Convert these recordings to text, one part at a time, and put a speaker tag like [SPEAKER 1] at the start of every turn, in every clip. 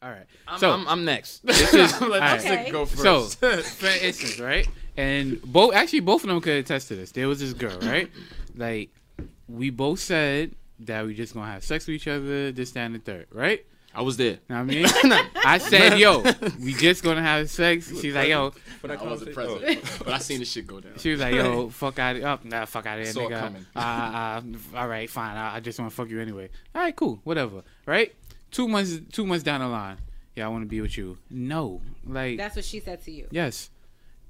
[SPEAKER 1] All right.
[SPEAKER 2] I'm,
[SPEAKER 1] so
[SPEAKER 2] I'm, I'm next.
[SPEAKER 1] This is-
[SPEAKER 2] I'm like,
[SPEAKER 1] alright.
[SPEAKER 2] I'm sick, go first.
[SPEAKER 1] so for instance, right? And both actually both of them could attest to this. There was this girl, right? Like we both said that we just gonna have sex with each other, this, that, and the third, right?
[SPEAKER 2] I was there.
[SPEAKER 1] Know what I mean, I said, "Yo, we just gonna have sex." She's like, "Yo,"
[SPEAKER 3] But
[SPEAKER 2] I wasn't present,
[SPEAKER 3] Oh.
[SPEAKER 2] but I seen the shit go down.
[SPEAKER 1] she was like, "Yo, fuck out, up, nah, fuck out of here,
[SPEAKER 2] Saw it
[SPEAKER 1] nigga."
[SPEAKER 2] coming.
[SPEAKER 1] Uh, uh, all right, fine. I, I just want to fuck you anyway. All right, cool, whatever. Right? Two months, two months down the line, yeah, I want to be with you. No, like
[SPEAKER 4] That's what she said to you.
[SPEAKER 1] Yes.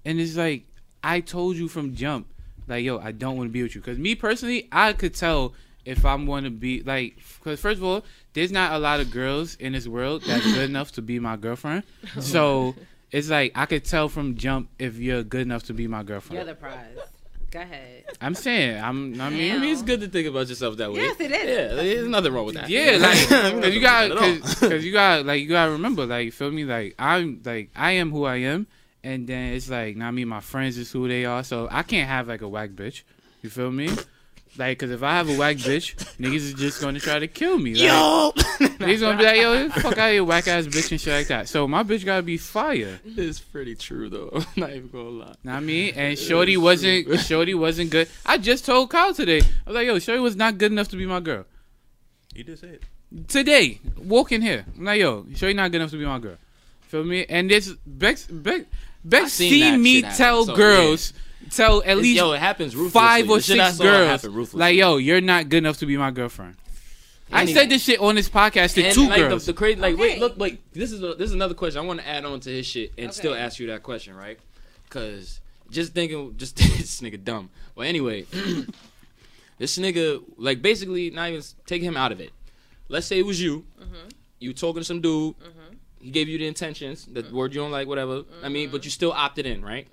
[SPEAKER 1] And it's like I told you from jump, like yo, I don't want to be with you. Cause me personally, I could tell if I'm going to be like, cause first of all, there's not a lot of girls in this world that's good enough to be my girlfriend.
[SPEAKER 4] Oh.
[SPEAKER 1] So it's like I could tell from jump if you're good enough to be my
[SPEAKER 4] You're
[SPEAKER 1] girlfriend.
[SPEAKER 4] the prize. Go ahead.
[SPEAKER 1] I'm saying, I'm. I mean,
[SPEAKER 2] I
[SPEAKER 4] Damn.
[SPEAKER 2] mean, it's good to think about yourself that way.
[SPEAKER 4] Yes, it is.
[SPEAKER 2] Yeah, there's nothing wrong with that.
[SPEAKER 1] Yeah, like, cause you got,
[SPEAKER 2] Not at all.
[SPEAKER 1] cause, 'cause you got, like, you gotta remember, like, you feel me? Like, I'm, like, I am who I am, and then it's like, now me, and my friends is who they are, so I can't have like a whack bitch. You feel me? Like, cause if I have a whack bitch, niggas is just gonna try to kill me. Like,
[SPEAKER 2] Yo,
[SPEAKER 1] niggas gonna be like, yo, get the fuck out of here, whack ass bitch and shit like that. So my bitch gotta be fire.
[SPEAKER 2] it's pretty true though. I'm not even gonna lie.
[SPEAKER 1] Know what I mean, and Shorty wasn't, Shorty wasn't good. I just told Kyle today, I was like, yo, Shorty was not good enough to be my girl.
[SPEAKER 3] You just said.
[SPEAKER 1] today, walking here. I'm like, yo, sure you're not good enough to be my girl. Feel me? And this Bex Bex Bex
[SPEAKER 2] seen
[SPEAKER 1] seen,
[SPEAKER 2] that
[SPEAKER 1] me
[SPEAKER 2] shit happen,
[SPEAKER 1] tell
[SPEAKER 2] so,
[SPEAKER 1] girls, tell at
[SPEAKER 2] It's-
[SPEAKER 1] least
[SPEAKER 2] yo, it happens ruthlessly.
[SPEAKER 1] five or
[SPEAKER 2] The shit I
[SPEAKER 1] six
[SPEAKER 2] saw happen
[SPEAKER 1] girls,
[SPEAKER 2] ruthlessly.
[SPEAKER 1] like, yo, you're not good enough to be my girlfriend. I
[SPEAKER 2] And
[SPEAKER 1] said this shit on this podcast to
[SPEAKER 2] and
[SPEAKER 1] two
[SPEAKER 2] like
[SPEAKER 1] girls.
[SPEAKER 2] The, the crazy, like, wait,
[SPEAKER 4] Okay.
[SPEAKER 2] look, like, this is a, this is another question. I want to add on to his shit and still
[SPEAKER 4] Okay.
[SPEAKER 2] ask you that question, right? Because just thinking, just this nigga dumb. Well, anyway, this nigga, like, basically, not even take him out of it. Let's say it was you.
[SPEAKER 4] Mm-hmm.
[SPEAKER 2] You talking to some dude. He gave you the intentions, the
[SPEAKER 4] Mm-hmm.
[SPEAKER 2] word you don't like, whatever. I mean, but you still opted in, right?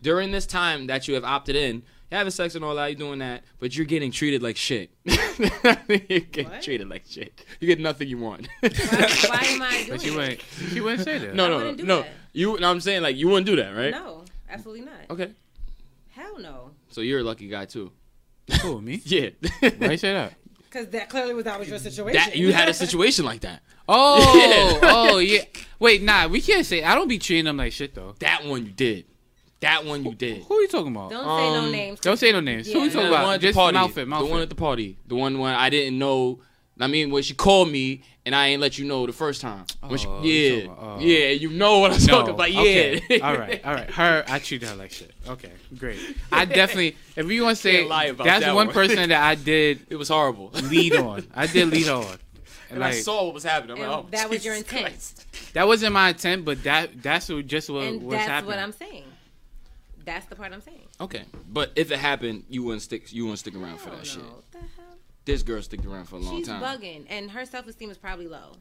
[SPEAKER 2] During this time that you have opted in, you're having sex and all that, you're doing that, but you're getting treated like shit. you're getting
[SPEAKER 4] What?
[SPEAKER 2] treated like shit. You get nothing you want.
[SPEAKER 4] Why, why am I doing
[SPEAKER 1] but she
[SPEAKER 4] it?
[SPEAKER 1] went, she wouldn't say that.
[SPEAKER 2] no, no,
[SPEAKER 4] wouldn't do
[SPEAKER 2] no.
[SPEAKER 4] that.
[SPEAKER 2] You, no, I'm saying like you wouldn't do that, right?
[SPEAKER 4] No, absolutely not.
[SPEAKER 2] eh. Okay.
[SPEAKER 4] Hell no.
[SPEAKER 2] So you're a lucky guy too.
[SPEAKER 1] cool, me.
[SPEAKER 2] Yeah.
[SPEAKER 1] Why you say that?
[SPEAKER 4] Because that clearly was always your situation.
[SPEAKER 2] that you had a situation like that.
[SPEAKER 1] Oh,
[SPEAKER 2] Yeah.
[SPEAKER 1] oh yeah. Wait, nah, we can't say. I don't be treating them like shit though.
[SPEAKER 2] That one you did. That one you did.
[SPEAKER 1] Who are you talking about?
[SPEAKER 4] Don't
[SPEAKER 1] Don't,
[SPEAKER 4] say no
[SPEAKER 2] Um,
[SPEAKER 4] names.
[SPEAKER 1] say no names. Who are
[SPEAKER 4] Yeah.
[SPEAKER 1] you talking
[SPEAKER 2] The one
[SPEAKER 1] about?
[SPEAKER 2] at the
[SPEAKER 1] Just
[SPEAKER 2] party.
[SPEAKER 1] mouth it, mouth
[SPEAKER 2] The one
[SPEAKER 1] it.
[SPEAKER 2] at the party. The one when I didn't know. I mean, when she called me and I ain't let you know the first time. When she-
[SPEAKER 1] Oh, you
[SPEAKER 2] yeah,
[SPEAKER 1] talking about- oh.
[SPEAKER 2] yeah, you know what I'm talking about. Yeah.
[SPEAKER 1] Okay. all right. All right. Her, I treat her like shit. Okay. Great. I definitely, if you want to say,
[SPEAKER 2] Can't lie about
[SPEAKER 1] that's
[SPEAKER 2] that
[SPEAKER 1] one
[SPEAKER 2] one.
[SPEAKER 1] person that I did
[SPEAKER 2] It was horrible.
[SPEAKER 1] lead on. I did lead on.
[SPEAKER 2] and
[SPEAKER 1] like
[SPEAKER 2] I saw what was happening. I'm
[SPEAKER 4] And
[SPEAKER 2] like, oh,
[SPEAKER 4] that was your
[SPEAKER 2] Jesus
[SPEAKER 4] intent.
[SPEAKER 2] Christ.
[SPEAKER 1] that wasn't my intent, but that that's what, just
[SPEAKER 2] uh,
[SPEAKER 1] what
[SPEAKER 4] and
[SPEAKER 1] what's
[SPEAKER 4] that's
[SPEAKER 1] happening.
[SPEAKER 4] what I'm saying. That's the part I'm saying.
[SPEAKER 2] Okay, but if it happened, you wouldn't stick. You wouldn't stick around for
[SPEAKER 4] Hell
[SPEAKER 2] that
[SPEAKER 4] no.
[SPEAKER 2] shit.
[SPEAKER 4] The hell?
[SPEAKER 2] This girl sticked around for a long
[SPEAKER 4] She's
[SPEAKER 2] time.
[SPEAKER 4] bugging, and her self esteem is probably low.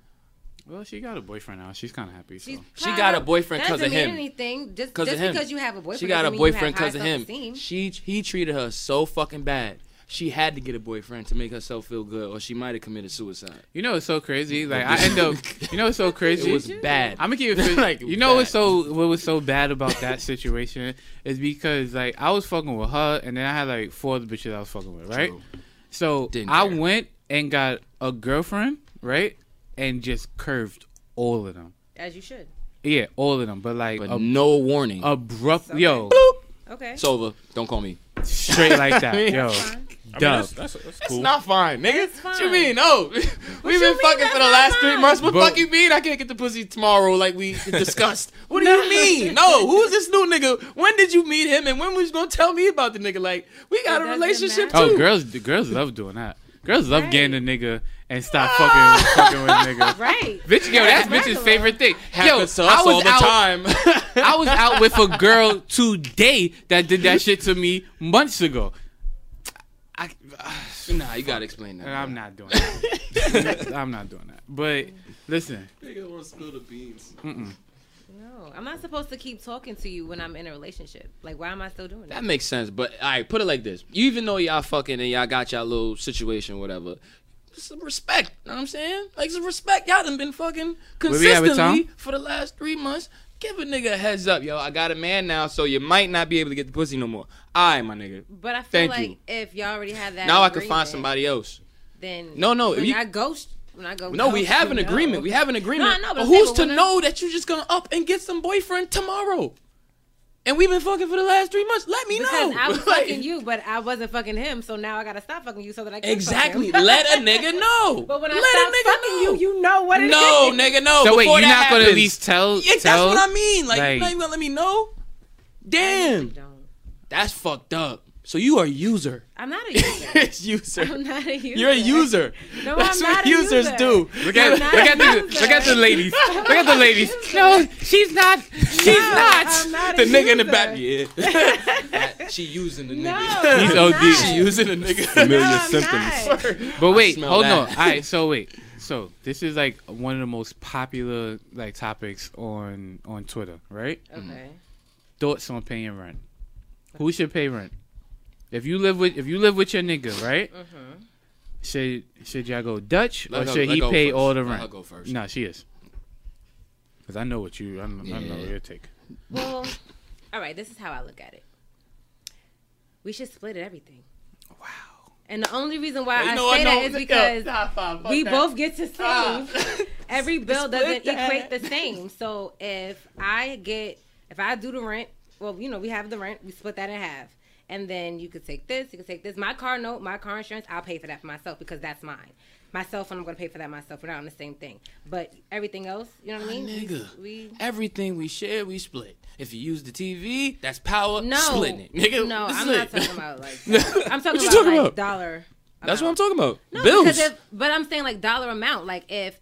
[SPEAKER 1] well, she got a boyfriend now. She's kind of happy. So.
[SPEAKER 4] She's
[SPEAKER 2] She got a boyfriend 'cause
[SPEAKER 4] doesn't
[SPEAKER 2] of
[SPEAKER 4] mean
[SPEAKER 2] him.
[SPEAKER 4] Anything just,
[SPEAKER 2] Because
[SPEAKER 4] just
[SPEAKER 2] of him.
[SPEAKER 4] because you have a boyfriend.
[SPEAKER 2] She got a
[SPEAKER 4] doesn't mean you have
[SPEAKER 2] boyfriend
[SPEAKER 4] high
[SPEAKER 2] because of him.
[SPEAKER 4] self-esteem.
[SPEAKER 2] She he treated her so fucking bad. She had to get a boyfriend to make herself feel good, or she might have committed suicide.
[SPEAKER 1] You know it's so crazy. Like I end up. You know it's so crazy.
[SPEAKER 2] It was bad.
[SPEAKER 1] I'm gonna keep it.
[SPEAKER 2] Like,
[SPEAKER 1] like, you know
[SPEAKER 2] bad.
[SPEAKER 1] what's so what was so bad about that situation is because like I was fucking with her, and then I had like four other bitches I was fucking with, right?
[SPEAKER 2] True.
[SPEAKER 1] So
[SPEAKER 2] Didn't
[SPEAKER 1] I
[SPEAKER 2] care.
[SPEAKER 1] went and got a girlfriend, right, and just curved all of them.
[SPEAKER 4] as you should.
[SPEAKER 1] Yeah, all of them, but like
[SPEAKER 2] But
[SPEAKER 1] ab-
[SPEAKER 2] no warning.
[SPEAKER 1] abrupt, yo,
[SPEAKER 4] Okay.
[SPEAKER 2] it's over. Don't call me.
[SPEAKER 1] straight like that,
[SPEAKER 2] mean,
[SPEAKER 1] yo,
[SPEAKER 4] Fine.
[SPEAKER 1] dub.
[SPEAKER 3] that's, that's, that's cool.
[SPEAKER 2] not fine, nigga.
[SPEAKER 4] That's
[SPEAKER 2] What you
[SPEAKER 4] fine.
[SPEAKER 2] mean? No, we've
[SPEAKER 4] you
[SPEAKER 2] been
[SPEAKER 4] mean
[SPEAKER 2] fucking
[SPEAKER 4] that's
[SPEAKER 2] for the
[SPEAKER 4] not
[SPEAKER 2] last three
[SPEAKER 4] fine?
[SPEAKER 2] months. What
[SPEAKER 1] Bro.
[SPEAKER 2] fuck you mean? I can't get the pussy tomorrow, like we discussed. What do you mean? No, who's this new nigga? When did you meet him? And when was you gonna tell me about the nigga? Like we got
[SPEAKER 4] It
[SPEAKER 2] a
[SPEAKER 4] doesn't
[SPEAKER 2] relationship
[SPEAKER 4] matter.
[SPEAKER 1] Oh,
[SPEAKER 2] too.
[SPEAKER 1] girls, the girls love doing that. Girls love
[SPEAKER 4] Right.
[SPEAKER 1] getting a nigga and stop fucking, fucking with a nigga.
[SPEAKER 4] Right.
[SPEAKER 1] Bitch, yo, that's
[SPEAKER 4] Right.
[SPEAKER 1] bitch's favorite thing. Yo,
[SPEAKER 2] Happens to us
[SPEAKER 1] I was
[SPEAKER 2] all the
[SPEAKER 1] out,
[SPEAKER 2] time.
[SPEAKER 1] I was out with a girl today that did that shit to me months ago. I,
[SPEAKER 2] uh, Nah, you gotta explain that.
[SPEAKER 1] and I'm not doing that. I'm not doing that. But listen,
[SPEAKER 2] Nigga wanna spill the beans.
[SPEAKER 4] No, I'm not supposed to keep talking to you when I'm in a relationship. Like, why am I still doing
[SPEAKER 2] That
[SPEAKER 4] that?
[SPEAKER 2] makes sense, but all right, put it like this: you even though y'all fucking and y'all got y'all little situation, whatever. It's some respect, know what I'm saying? Like some respect. Y'all done been fucking
[SPEAKER 1] we at with
[SPEAKER 2] consistently
[SPEAKER 1] Tom?
[SPEAKER 2] for the last three months. Give a nigga a heads up, yo. I got a man now, so you might not be able to get the pussy no more. All right, my nigga.
[SPEAKER 4] But I feel
[SPEAKER 2] Thank
[SPEAKER 4] like
[SPEAKER 2] you.
[SPEAKER 4] if y'all already have that,
[SPEAKER 2] now I can find
[SPEAKER 4] agreement,
[SPEAKER 2] somebody else.
[SPEAKER 4] Then
[SPEAKER 2] No, no,
[SPEAKER 4] when
[SPEAKER 2] you-
[SPEAKER 4] I ghost When I go,
[SPEAKER 2] No, we
[SPEAKER 4] ghost,
[SPEAKER 2] have an
[SPEAKER 4] you know.
[SPEAKER 2] agreement. We have an agreement.
[SPEAKER 4] No, I know, but
[SPEAKER 2] but
[SPEAKER 4] I'm saying,
[SPEAKER 2] who's
[SPEAKER 4] but
[SPEAKER 2] to
[SPEAKER 4] when I-
[SPEAKER 2] know that you're just gonna up and get some boyfriend tomorrow? And we've been fucking for the last three months. Let me
[SPEAKER 4] Because
[SPEAKER 2] know.
[SPEAKER 4] I was
[SPEAKER 2] Like,
[SPEAKER 4] fucking you, but I wasn't fucking him. So now I gotta stop fucking you so that I can
[SPEAKER 2] Exactly.
[SPEAKER 4] Fuck him.
[SPEAKER 2] Let a nigga know.
[SPEAKER 4] but when I
[SPEAKER 2] Let
[SPEAKER 4] stop
[SPEAKER 2] a nigga
[SPEAKER 4] fucking
[SPEAKER 2] know.
[SPEAKER 4] you, you know what it is.
[SPEAKER 2] no, nigga, no.
[SPEAKER 1] So wait,
[SPEAKER 2] Before
[SPEAKER 1] you're
[SPEAKER 2] that
[SPEAKER 1] not gonna at
[SPEAKER 2] happens-
[SPEAKER 1] least tell?
[SPEAKER 2] Yeah, that's
[SPEAKER 1] tell?
[SPEAKER 2] what I mean. Like,
[SPEAKER 1] Like-
[SPEAKER 2] you're not even gonna let me know.
[SPEAKER 4] I really
[SPEAKER 2] Damn,
[SPEAKER 4] don't.
[SPEAKER 2] that's fucked up. So you are a user.
[SPEAKER 4] I'm not a user.
[SPEAKER 2] user.
[SPEAKER 4] I'm not a user.
[SPEAKER 2] You're a user.
[SPEAKER 4] No,
[SPEAKER 2] that's
[SPEAKER 4] I'm
[SPEAKER 2] what
[SPEAKER 4] not a
[SPEAKER 2] users
[SPEAKER 4] user.
[SPEAKER 2] do.
[SPEAKER 1] Look at,
[SPEAKER 4] I'm
[SPEAKER 1] look
[SPEAKER 4] not a
[SPEAKER 1] at the
[SPEAKER 4] user.
[SPEAKER 1] look at the ladies. Look at the ladies. No, she's not. She's
[SPEAKER 4] No,
[SPEAKER 1] not.
[SPEAKER 4] I'm not
[SPEAKER 2] the
[SPEAKER 4] a
[SPEAKER 2] nigga in the
[SPEAKER 4] user.
[SPEAKER 2] back. Yeah. she using the
[SPEAKER 4] No,
[SPEAKER 2] nigga.
[SPEAKER 1] He's
[SPEAKER 4] I'm
[SPEAKER 1] OD.
[SPEAKER 4] not.
[SPEAKER 2] She using the nigga.
[SPEAKER 3] Familiar
[SPEAKER 4] No, I'm
[SPEAKER 3] symptoms.
[SPEAKER 4] not.
[SPEAKER 1] But wait,
[SPEAKER 2] smell
[SPEAKER 1] hold
[SPEAKER 2] that.
[SPEAKER 1] on. All right, so wait. So this is like one of the most popular like topics on on Twitter, right?
[SPEAKER 4] Okay.
[SPEAKER 1] Thoughts on paying rent. Who should pay rent? If you live with if you live with your nigga, right? Should should y'all Mm-hmm. go Dutch or
[SPEAKER 2] Let her-
[SPEAKER 1] should
[SPEAKER 2] let
[SPEAKER 1] he
[SPEAKER 2] go
[SPEAKER 1] pay
[SPEAKER 2] first.
[SPEAKER 1] all the
[SPEAKER 2] Let
[SPEAKER 1] rent?
[SPEAKER 2] her go first.
[SPEAKER 1] Nah, she is. Cause I know what you. I know, I know
[SPEAKER 2] Yeah.
[SPEAKER 1] your take.
[SPEAKER 4] Well, all right. This is how I look at it. We should split everything.
[SPEAKER 2] Wow.
[SPEAKER 4] And the only reason why
[SPEAKER 2] You
[SPEAKER 4] I
[SPEAKER 2] know
[SPEAKER 4] say
[SPEAKER 2] what?
[SPEAKER 4] that
[SPEAKER 2] No,
[SPEAKER 4] is
[SPEAKER 2] yo,
[SPEAKER 4] because
[SPEAKER 2] high five, fuck
[SPEAKER 4] we
[SPEAKER 2] that.
[SPEAKER 4] both get to save.
[SPEAKER 2] Ah.
[SPEAKER 4] Every bill
[SPEAKER 2] Split
[SPEAKER 4] doesn't
[SPEAKER 2] that.
[SPEAKER 4] equate the same. So if I get, if I do the rent, well, you know, we have the rent, we split that in half. And then you could take this, you could take this. My car note, my car insurance, I'll pay for that for myself because that's mine. My cell phone, I'm going to pay for that myself. We're not on the same thing. But everything else, you know what I mean? We-
[SPEAKER 2] Nigga.
[SPEAKER 4] We,
[SPEAKER 2] Everything we share, we split. If you use the TV, that's power.
[SPEAKER 4] no.
[SPEAKER 2] Splitting it. Nigga,
[SPEAKER 4] No,
[SPEAKER 2] this
[SPEAKER 4] I'm
[SPEAKER 2] is
[SPEAKER 4] not
[SPEAKER 2] it.
[SPEAKER 4] talking about like, that. I'm
[SPEAKER 2] What
[SPEAKER 4] talking
[SPEAKER 2] you
[SPEAKER 4] about
[SPEAKER 2] talking
[SPEAKER 4] like
[SPEAKER 2] about?
[SPEAKER 4] dollar.
[SPEAKER 2] That's
[SPEAKER 4] amount.
[SPEAKER 2] what I'm talking about.
[SPEAKER 4] No,
[SPEAKER 2] Bills.
[SPEAKER 4] Because if, but I'm saying like dollar amount. Like if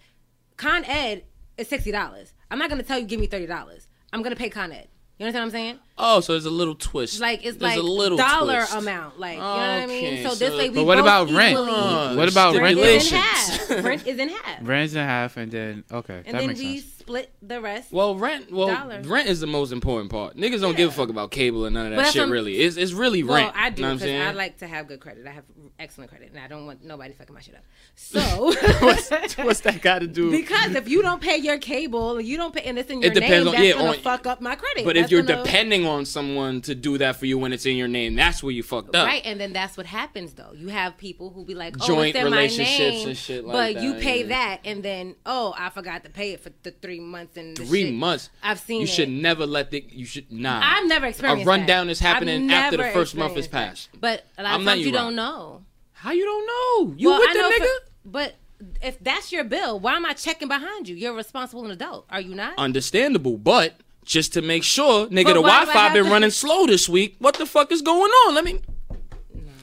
[SPEAKER 4] Con Ed is sixty dollars, I'm not gonna tell you give me thirty dollars. I'm gonna pay Con Ed. You understand what I'm saying?
[SPEAKER 2] oh, so there's a little twist.
[SPEAKER 4] Like it's
[SPEAKER 2] there's
[SPEAKER 4] like
[SPEAKER 2] a little
[SPEAKER 4] dollar
[SPEAKER 2] twist.
[SPEAKER 4] amount. Like you know what I mean?
[SPEAKER 2] Okay,
[SPEAKER 4] So, this
[SPEAKER 2] so-
[SPEAKER 4] way we.
[SPEAKER 2] But
[SPEAKER 1] what
[SPEAKER 4] both
[SPEAKER 1] about rent?
[SPEAKER 4] equally-
[SPEAKER 1] Uh, What about
[SPEAKER 4] Rent is in
[SPEAKER 1] stipulations?
[SPEAKER 4] half. Rent is in half.
[SPEAKER 1] Rent's in half, and then okay,
[SPEAKER 4] And
[SPEAKER 1] that
[SPEAKER 4] then
[SPEAKER 1] makes
[SPEAKER 4] we
[SPEAKER 1] sense.
[SPEAKER 4] split the rest.
[SPEAKER 2] Well, rent. Well,
[SPEAKER 4] Dollar.
[SPEAKER 2] rent is the most important part. Niggas don't give a
[SPEAKER 4] Yeah.
[SPEAKER 2] fuck about cable and none of that
[SPEAKER 4] But that's
[SPEAKER 2] shit.
[SPEAKER 4] what I'm-
[SPEAKER 2] really, it's it's really
[SPEAKER 4] Well,
[SPEAKER 2] rent.
[SPEAKER 4] I do
[SPEAKER 2] Know what I'm
[SPEAKER 4] because
[SPEAKER 2] saying?
[SPEAKER 4] I like to have good credit. I have excellent credit, and I don't want nobody fucking my shit up. So
[SPEAKER 2] what's, what's that got to do?
[SPEAKER 4] Because if you don't pay your cable, you don't pay, and it's in your
[SPEAKER 2] It depends
[SPEAKER 4] name,
[SPEAKER 2] on-
[SPEAKER 4] that's
[SPEAKER 2] yeah,
[SPEAKER 4] gonna
[SPEAKER 2] on-
[SPEAKER 4] fuck up my credit.
[SPEAKER 2] but if
[SPEAKER 4] That's
[SPEAKER 2] you're
[SPEAKER 4] gonna-
[SPEAKER 2] depending on someone to do that for you when it's in your name, that's where you fucked up.
[SPEAKER 4] right, and then that's what happens though. You have people who be like, oh,
[SPEAKER 2] Joint
[SPEAKER 4] it's in my
[SPEAKER 2] relationships
[SPEAKER 4] name,
[SPEAKER 2] and shit like
[SPEAKER 4] but you
[SPEAKER 2] that,
[SPEAKER 4] pay
[SPEAKER 2] yeah.
[SPEAKER 4] that, and then oh, I forgot to pay it for the three months and the
[SPEAKER 2] Three
[SPEAKER 4] shit.
[SPEAKER 2] months.
[SPEAKER 4] I've seen
[SPEAKER 2] You
[SPEAKER 4] it.
[SPEAKER 2] should never let the. You should nah.
[SPEAKER 4] I've never experienced
[SPEAKER 2] rundown
[SPEAKER 4] that.
[SPEAKER 2] is happening
[SPEAKER 4] I've
[SPEAKER 2] after the
[SPEAKER 4] never
[SPEAKER 2] first month is
[SPEAKER 4] experienced
[SPEAKER 2] passed.
[SPEAKER 4] that. But a lot
[SPEAKER 2] I'm
[SPEAKER 4] of
[SPEAKER 2] not
[SPEAKER 4] times
[SPEAKER 2] you
[SPEAKER 4] you
[SPEAKER 2] wrong.
[SPEAKER 4] don't know.
[SPEAKER 2] How you don't know? You
[SPEAKER 4] Well,
[SPEAKER 2] with
[SPEAKER 4] I
[SPEAKER 2] the
[SPEAKER 4] know for-
[SPEAKER 2] nigga?
[SPEAKER 4] but if that's your bill, why am I checking behind you? You're a responsible adult, are you not?
[SPEAKER 2] Understandable, but just to make sure, nigga,
[SPEAKER 4] But
[SPEAKER 2] the
[SPEAKER 4] why do I
[SPEAKER 2] Wi-Fi
[SPEAKER 4] have
[SPEAKER 2] been
[SPEAKER 4] to-
[SPEAKER 2] running slow this week. What the fuck is going on? Let me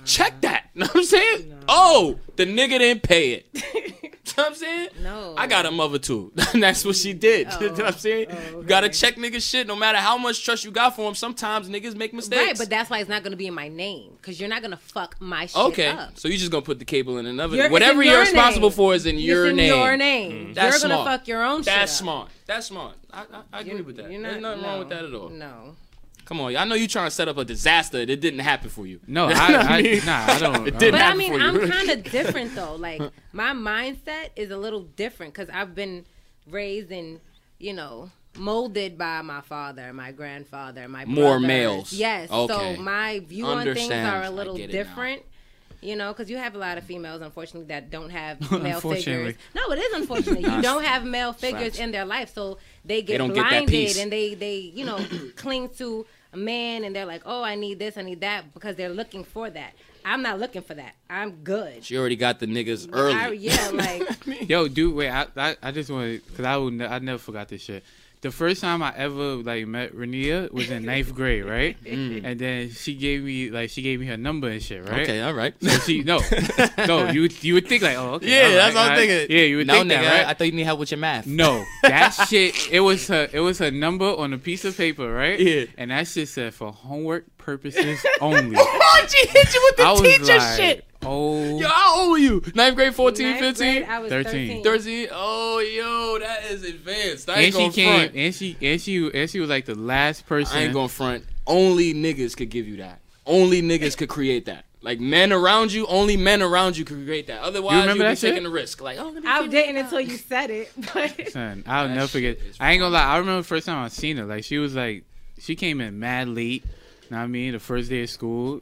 [SPEAKER 2] check that. Know what I'm saying? Oh, the nigga didn't pay it. know what I'm saying?
[SPEAKER 4] No.
[SPEAKER 2] I got a mother too. That's what she did. you know what I'm saying?
[SPEAKER 4] Oh,
[SPEAKER 2] You gotta
[SPEAKER 4] okay.
[SPEAKER 2] check nigga shit. No matter how much trust you got for him, sometimes niggas make mistakes.
[SPEAKER 4] Right, but that's why it's not going to be in my name because you're not going to fuck my shit
[SPEAKER 2] Okay,
[SPEAKER 4] up.
[SPEAKER 2] so you just gonna put the cable in another.
[SPEAKER 4] You're- it's
[SPEAKER 2] Whatever
[SPEAKER 4] in
[SPEAKER 2] you're
[SPEAKER 4] your
[SPEAKER 2] responsible
[SPEAKER 4] name.
[SPEAKER 2] for is in
[SPEAKER 4] It's
[SPEAKER 2] your
[SPEAKER 4] in
[SPEAKER 2] name. Mm.
[SPEAKER 4] Your name.
[SPEAKER 2] That's
[SPEAKER 4] you're
[SPEAKER 2] smart.
[SPEAKER 4] gonna fuck your own shit.
[SPEAKER 2] That's
[SPEAKER 4] up.
[SPEAKER 2] smart. That's smart. I, I, I agree with that.
[SPEAKER 4] You're
[SPEAKER 2] There's nothing wrong
[SPEAKER 4] no,
[SPEAKER 2] with that at all.
[SPEAKER 4] No.
[SPEAKER 2] Come on, I know you trying to set up a disaster that didn't happen for you.
[SPEAKER 1] No, I,
[SPEAKER 2] You know what
[SPEAKER 1] I,
[SPEAKER 2] mean?
[SPEAKER 1] nah, I don't.
[SPEAKER 2] It
[SPEAKER 1] I
[SPEAKER 2] did
[SPEAKER 1] don't-
[SPEAKER 4] But I
[SPEAKER 2] happen
[SPEAKER 4] mean,
[SPEAKER 2] for you.
[SPEAKER 4] I'm kind of different though. Like my mindset is a little different because I've been raised and you know molded by my father, my grandfather, my
[SPEAKER 2] More
[SPEAKER 4] brothers.
[SPEAKER 2] males.
[SPEAKER 4] Yes.
[SPEAKER 2] Okay.
[SPEAKER 4] So my view on things
[SPEAKER 2] Understand.
[SPEAKER 4] are
[SPEAKER 2] I
[SPEAKER 4] a little
[SPEAKER 2] get it now.
[SPEAKER 4] different. You know, because you have a lot of females, unfortunately, that don't have male figures.
[SPEAKER 1] Unfortunately.
[SPEAKER 4] No, it is unfortunate. You don't have male figures
[SPEAKER 2] Facts.
[SPEAKER 4] in their life, so they get
[SPEAKER 2] don't get that
[SPEAKER 4] blinded
[SPEAKER 2] piece.
[SPEAKER 4] and they they you know cling to a man and they're like, oh, I need this, I need that because they're looking for that. I'm not looking for that. I'm good.
[SPEAKER 2] She already got the niggas
[SPEAKER 4] I,
[SPEAKER 2] early.
[SPEAKER 4] yeah, like
[SPEAKER 1] Yo, dude, wait. I I, I just want to, cause I will. Ne- I never forgot this shit. The first time I ever like met Rania was in ninth grade, right? And then she gave me like she gave me her number and shit, right?
[SPEAKER 2] Okay, all right.
[SPEAKER 1] So she no, no. You would- you would think like oh okay,
[SPEAKER 2] yeah,
[SPEAKER 1] all right,
[SPEAKER 2] that's what
[SPEAKER 1] all
[SPEAKER 2] I'm
[SPEAKER 1] right.
[SPEAKER 2] thinking.
[SPEAKER 1] Yeah, you would
[SPEAKER 2] no,
[SPEAKER 1] think
[SPEAKER 2] nigga,
[SPEAKER 1] that, right?
[SPEAKER 2] I thought you need help with your math.
[SPEAKER 1] No, that shit. It was her. It was her number on a piece of paper, right?
[SPEAKER 2] Yeah.
[SPEAKER 1] And that shit said for homework purposes only.
[SPEAKER 2] Oh, she hit you with the
[SPEAKER 1] I was
[SPEAKER 2] teacher
[SPEAKER 1] like,
[SPEAKER 2] shit.
[SPEAKER 1] oh,
[SPEAKER 2] Yo, how old were you? Ninth grade, 14,
[SPEAKER 4] ninth
[SPEAKER 2] 15?
[SPEAKER 4] grade, I was
[SPEAKER 1] 13.
[SPEAKER 4] 13.
[SPEAKER 2] 13. Oh, yo, that is advanced. I
[SPEAKER 1] and
[SPEAKER 2] ain't
[SPEAKER 1] she
[SPEAKER 2] gonna
[SPEAKER 1] came,
[SPEAKER 2] front.
[SPEAKER 1] and she and she and she was like the last person.
[SPEAKER 2] I ain't gonna front. Only niggas could give you that. Only niggas could create that. Like men around you, only men around you could create that.
[SPEAKER 1] You
[SPEAKER 2] Otherwise, you
[SPEAKER 1] remember
[SPEAKER 2] would be
[SPEAKER 1] that shit?
[SPEAKER 2] taking the risk. Like, oh, let me
[SPEAKER 4] I
[SPEAKER 2] figure it
[SPEAKER 4] didn't
[SPEAKER 2] out.
[SPEAKER 4] until you said it. But
[SPEAKER 1] Son, I'll
[SPEAKER 2] That
[SPEAKER 1] never
[SPEAKER 2] shit
[SPEAKER 1] forget.
[SPEAKER 2] is
[SPEAKER 1] I ain't gonna
[SPEAKER 2] fire.
[SPEAKER 1] lie. I remember the first time I seen her. Like she was like, she came in mad late. Know what I mean, the first day of school.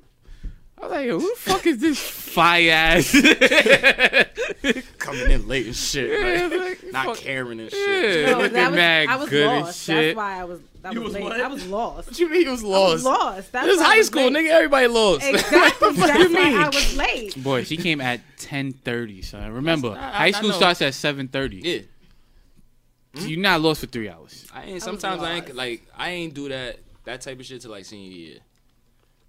[SPEAKER 1] I was like, yo, who the fuck is this fire ass?
[SPEAKER 2] Coming in late and shit.
[SPEAKER 1] Yeah,
[SPEAKER 2] like,
[SPEAKER 1] like,
[SPEAKER 2] not
[SPEAKER 1] fuck-
[SPEAKER 2] caring and
[SPEAKER 1] Yeah.
[SPEAKER 2] shit.
[SPEAKER 1] Looking
[SPEAKER 4] that was,
[SPEAKER 1] mad
[SPEAKER 4] I was
[SPEAKER 1] good and
[SPEAKER 4] lost.
[SPEAKER 1] shit.
[SPEAKER 4] That's why I was. I
[SPEAKER 2] You
[SPEAKER 4] was,
[SPEAKER 2] was
[SPEAKER 4] late.
[SPEAKER 2] what?
[SPEAKER 4] I was lost.
[SPEAKER 2] What you mean he was
[SPEAKER 4] I
[SPEAKER 2] lost?
[SPEAKER 4] was lost. That's
[SPEAKER 2] This is
[SPEAKER 4] why I
[SPEAKER 2] high
[SPEAKER 4] was
[SPEAKER 2] school,
[SPEAKER 4] late.
[SPEAKER 2] nigga. Everybody lost.
[SPEAKER 4] Exactly.
[SPEAKER 2] fuck
[SPEAKER 4] That's
[SPEAKER 2] you
[SPEAKER 4] why
[SPEAKER 2] mean?
[SPEAKER 4] I was late.
[SPEAKER 1] Boy, she came at ten thirty. So remember,
[SPEAKER 2] That's not- I-
[SPEAKER 1] high
[SPEAKER 2] I
[SPEAKER 1] school
[SPEAKER 2] know.
[SPEAKER 1] starts at seven thirty.
[SPEAKER 2] Yeah.
[SPEAKER 1] You're not lost for three hours.
[SPEAKER 2] I ain't. Sometimes I ain't
[SPEAKER 4] lost.
[SPEAKER 2] like I ain't do that that type of shit till like senior year. You know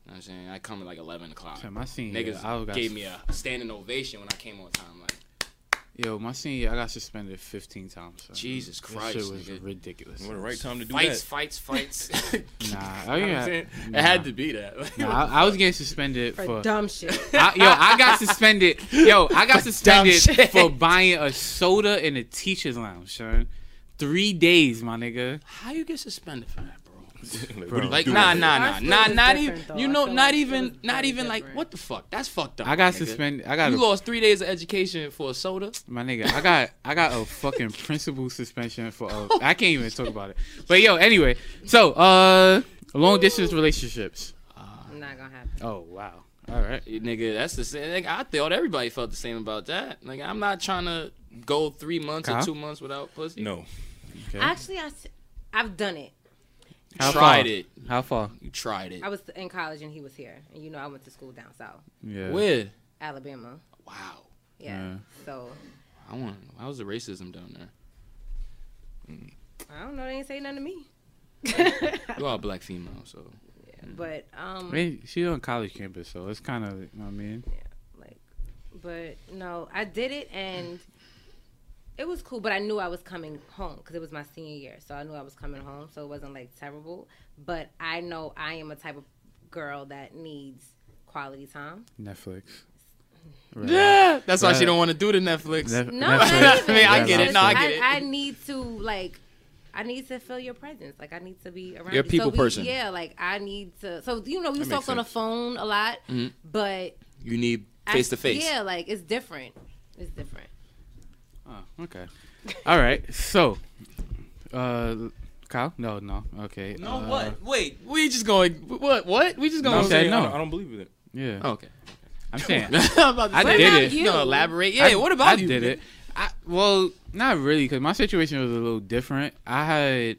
[SPEAKER 2] what I'm saying I come at like 11 o'clock.
[SPEAKER 1] So my senior, year,
[SPEAKER 2] Niggas
[SPEAKER 1] I got
[SPEAKER 2] gave me a standing ovation when I came on time. Like
[SPEAKER 1] yo, my senior, year, I got suspended fifteen times. son.
[SPEAKER 2] Jesus
[SPEAKER 1] This
[SPEAKER 2] Christ,
[SPEAKER 1] shit was
[SPEAKER 2] nigga.
[SPEAKER 1] ridiculous.
[SPEAKER 3] What a right time to do
[SPEAKER 2] fights,
[SPEAKER 3] that.
[SPEAKER 2] fights, fights.
[SPEAKER 1] Nah, oh
[SPEAKER 2] You know what I'm
[SPEAKER 1] yeah,
[SPEAKER 2] saying?
[SPEAKER 1] nah.
[SPEAKER 2] It had to be that.
[SPEAKER 1] Nah, I, I was getting suspended
[SPEAKER 4] For
[SPEAKER 1] for.
[SPEAKER 4] dumb shit.
[SPEAKER 1] I, yo, I got suspended. Yo, I got suspended
[SPEAKER 2] shit.
[SPEAKER 1] for buying a soda in a teacher's lounge, son. Three days, my nigga.
[SPEAKER 2] How you get suspended for that, bro?
[SPEAKER 3] like,
[SPEAKER 1] Bro.
[SPEAKER 3] what
[SPEAKER 2] Like
[SPEAKER 3] doing?
[SPEAKER 2] nah, nah,
[SPEAKER 4] Our
[SPEAKER 2] nah,
[SPEAKER 4] school
[SPEAKER 2] nah,
[SPEAKER 4] was
[SPEAKER 2] not
[SPEAKER 4] different,
[SPEAKER 2] even.
[SPEAKER 4] though.
[SPEAKER 2] You
[SPEAKER 4] I
[SPEAKER 2] know,
[SPEAKER 4] feel
[SPEAKER 2] not
[SPEAKER 4] like it
[SPEAKER 2] even,
[SPEAKER 4] was
[SPEAKER 2] not
[SPEAKER 4] very
[SPEAKER 2] even like
[SPEAKER 4] different.
[SPEAKER 2] what the fuck? That's fucked up.
[SPEAKER 1] I got
[SPEAKER 2] nigga.
[SPEAKER 1] suspended. I got
[SPEAKER 2] You
[SPEAKER 1] a-
[SPEAKER 2] lost three days of education for a soda.
[SPEAKER 1] My nigga, I got I got a fucking principal suspension for I I can't even talk about it. But yo, anyway, so uh long distance relationships.
[SPEAKER 4] Not gonna happen.
[SPEAKER 1] Oh wow. All right.
[SPEAKER 2] Yeah, Nigga, that's the same. Like, I thought everybody felt the same about that. Like, I'm not trying to go three months
[SPEAKER 1] Huh?
[SPEAKER 2] or two months without pussy.
[SPEAKER 3] No.
[SPEAKER 4] Actually, I, s- I've done it.
[SPEAKER 1] How
[SPEAKER 2] tried
[SPEAKER 1] far?
[SPEAKER 2] it.
[SPEAKER 1] How far?
[SPEAKER 2] You tried it.
[SPEAKER 4] I was in college and he was here, and you know I went to school down south,
[SPEAKER 1] Yeah.
[SPEAKER 2] Where?
[SPEAKER 4] Alabama.
[SPEAKER 2] Wow.
[SPEAKER 4] Yeah.
[SPEAKER 1] Yeah.
[SPEAKER 4] So
[SPEAKER 2] I want. How was the racism down there?
[SPEAKER 4] I don't know. They ain't say nothing to me.
[SPEAKER 2] You are a black female, so
[SPEAKER 4] but
[SPEAKER 1] I
[SPEAKER 4] um,
[SPEAKER 1] mean, she's on college campus, so it's kind of, you know what I mean?
[SPEAKER 4] like, but no, I did it and it was cool. But I knew I was coming home because it was my senior year, so I knew I was coming home. So it wasn't like terrible. But I know I am a type of girl that needs quality time.
[SPEAKER 1] Netflix. Right.
[SPEAKER 2] That's why she don't want to do the Netflix.
[SPEAKER 1] Nef-
[SPEAKER 4] No,
[SPEAKER 1] Netflix.
[SPEAKER 4] not even.
[SPEAKER 2] I mean, I
[SPEAKER 1] Yeah,
[SPEAKER 2] get it.
[SPEAKER 1] Netflix.
[SPEAKER 2] No, I
[SPEAKER 4] I,
[SPEAKER 2] get it.
[SPEAKER 4] I need to like, I need to feel your presence. Like I need to be around.
[SPEAKER 2] You're a
[SPEAKER 4] you.
[SPEAKER 2] people
[SPEAKER 4] so we-
[SPEAKER 2] person.
[SPEAKER 4] Yeah, like I need to. So you know, we
[SPEAKER 3] That
[SPEAKER 4] talked
[SPEAKER 3] makes
[SPEAKER 4] on the
[SPEAKER 3] sense.
[SPEAKER 4] phone a lot, but
[SPEAKER 2] You need
[SPEAKER 4] I-
[SPEAKER 2] Mm-hmm. face to face.
[SPEAKER 4] Yeah, like it's different. It's different.
[SPEAKER 1] Oh, okay. All right. So, uh, Kyle? No, no. Okay.
[SPEAKER 2] No,
[SPEAKER 1] uh,
[SPEAKER 2] what? Wait, we just going. What? What? We just
[SPEAKER 1] No,
[SPEAKER 2] going.
[SPEAKER 1] I'm
[SPEAKER 2] to
[SPEAKER 1] saying
[SPEAKER 3] I
[SPEAKER 1] no.
[SPEAKER 3] don't- I don't believe it.
[SPEAKER 1] Yeah.
[SPEAKER 2] Oh, okay.
[SPEAKER 1] I'm saying.
[SPEAKER 2] I'm about to
[SPEAKER 1] I
[SPEAKER 2] say-
[SPEAKER 1] did What about it.
[SPEAKER 4] you?
[SPEAKER 2] No, elaborate. Yeah.
[SPEAKER 1] I-
[SPEAKER 2] what about
[SPEAKER 1] I
[SPEAKER 2] you?
[SPEAKER 1] did it. I, well, not really, because my situation was a little different. I had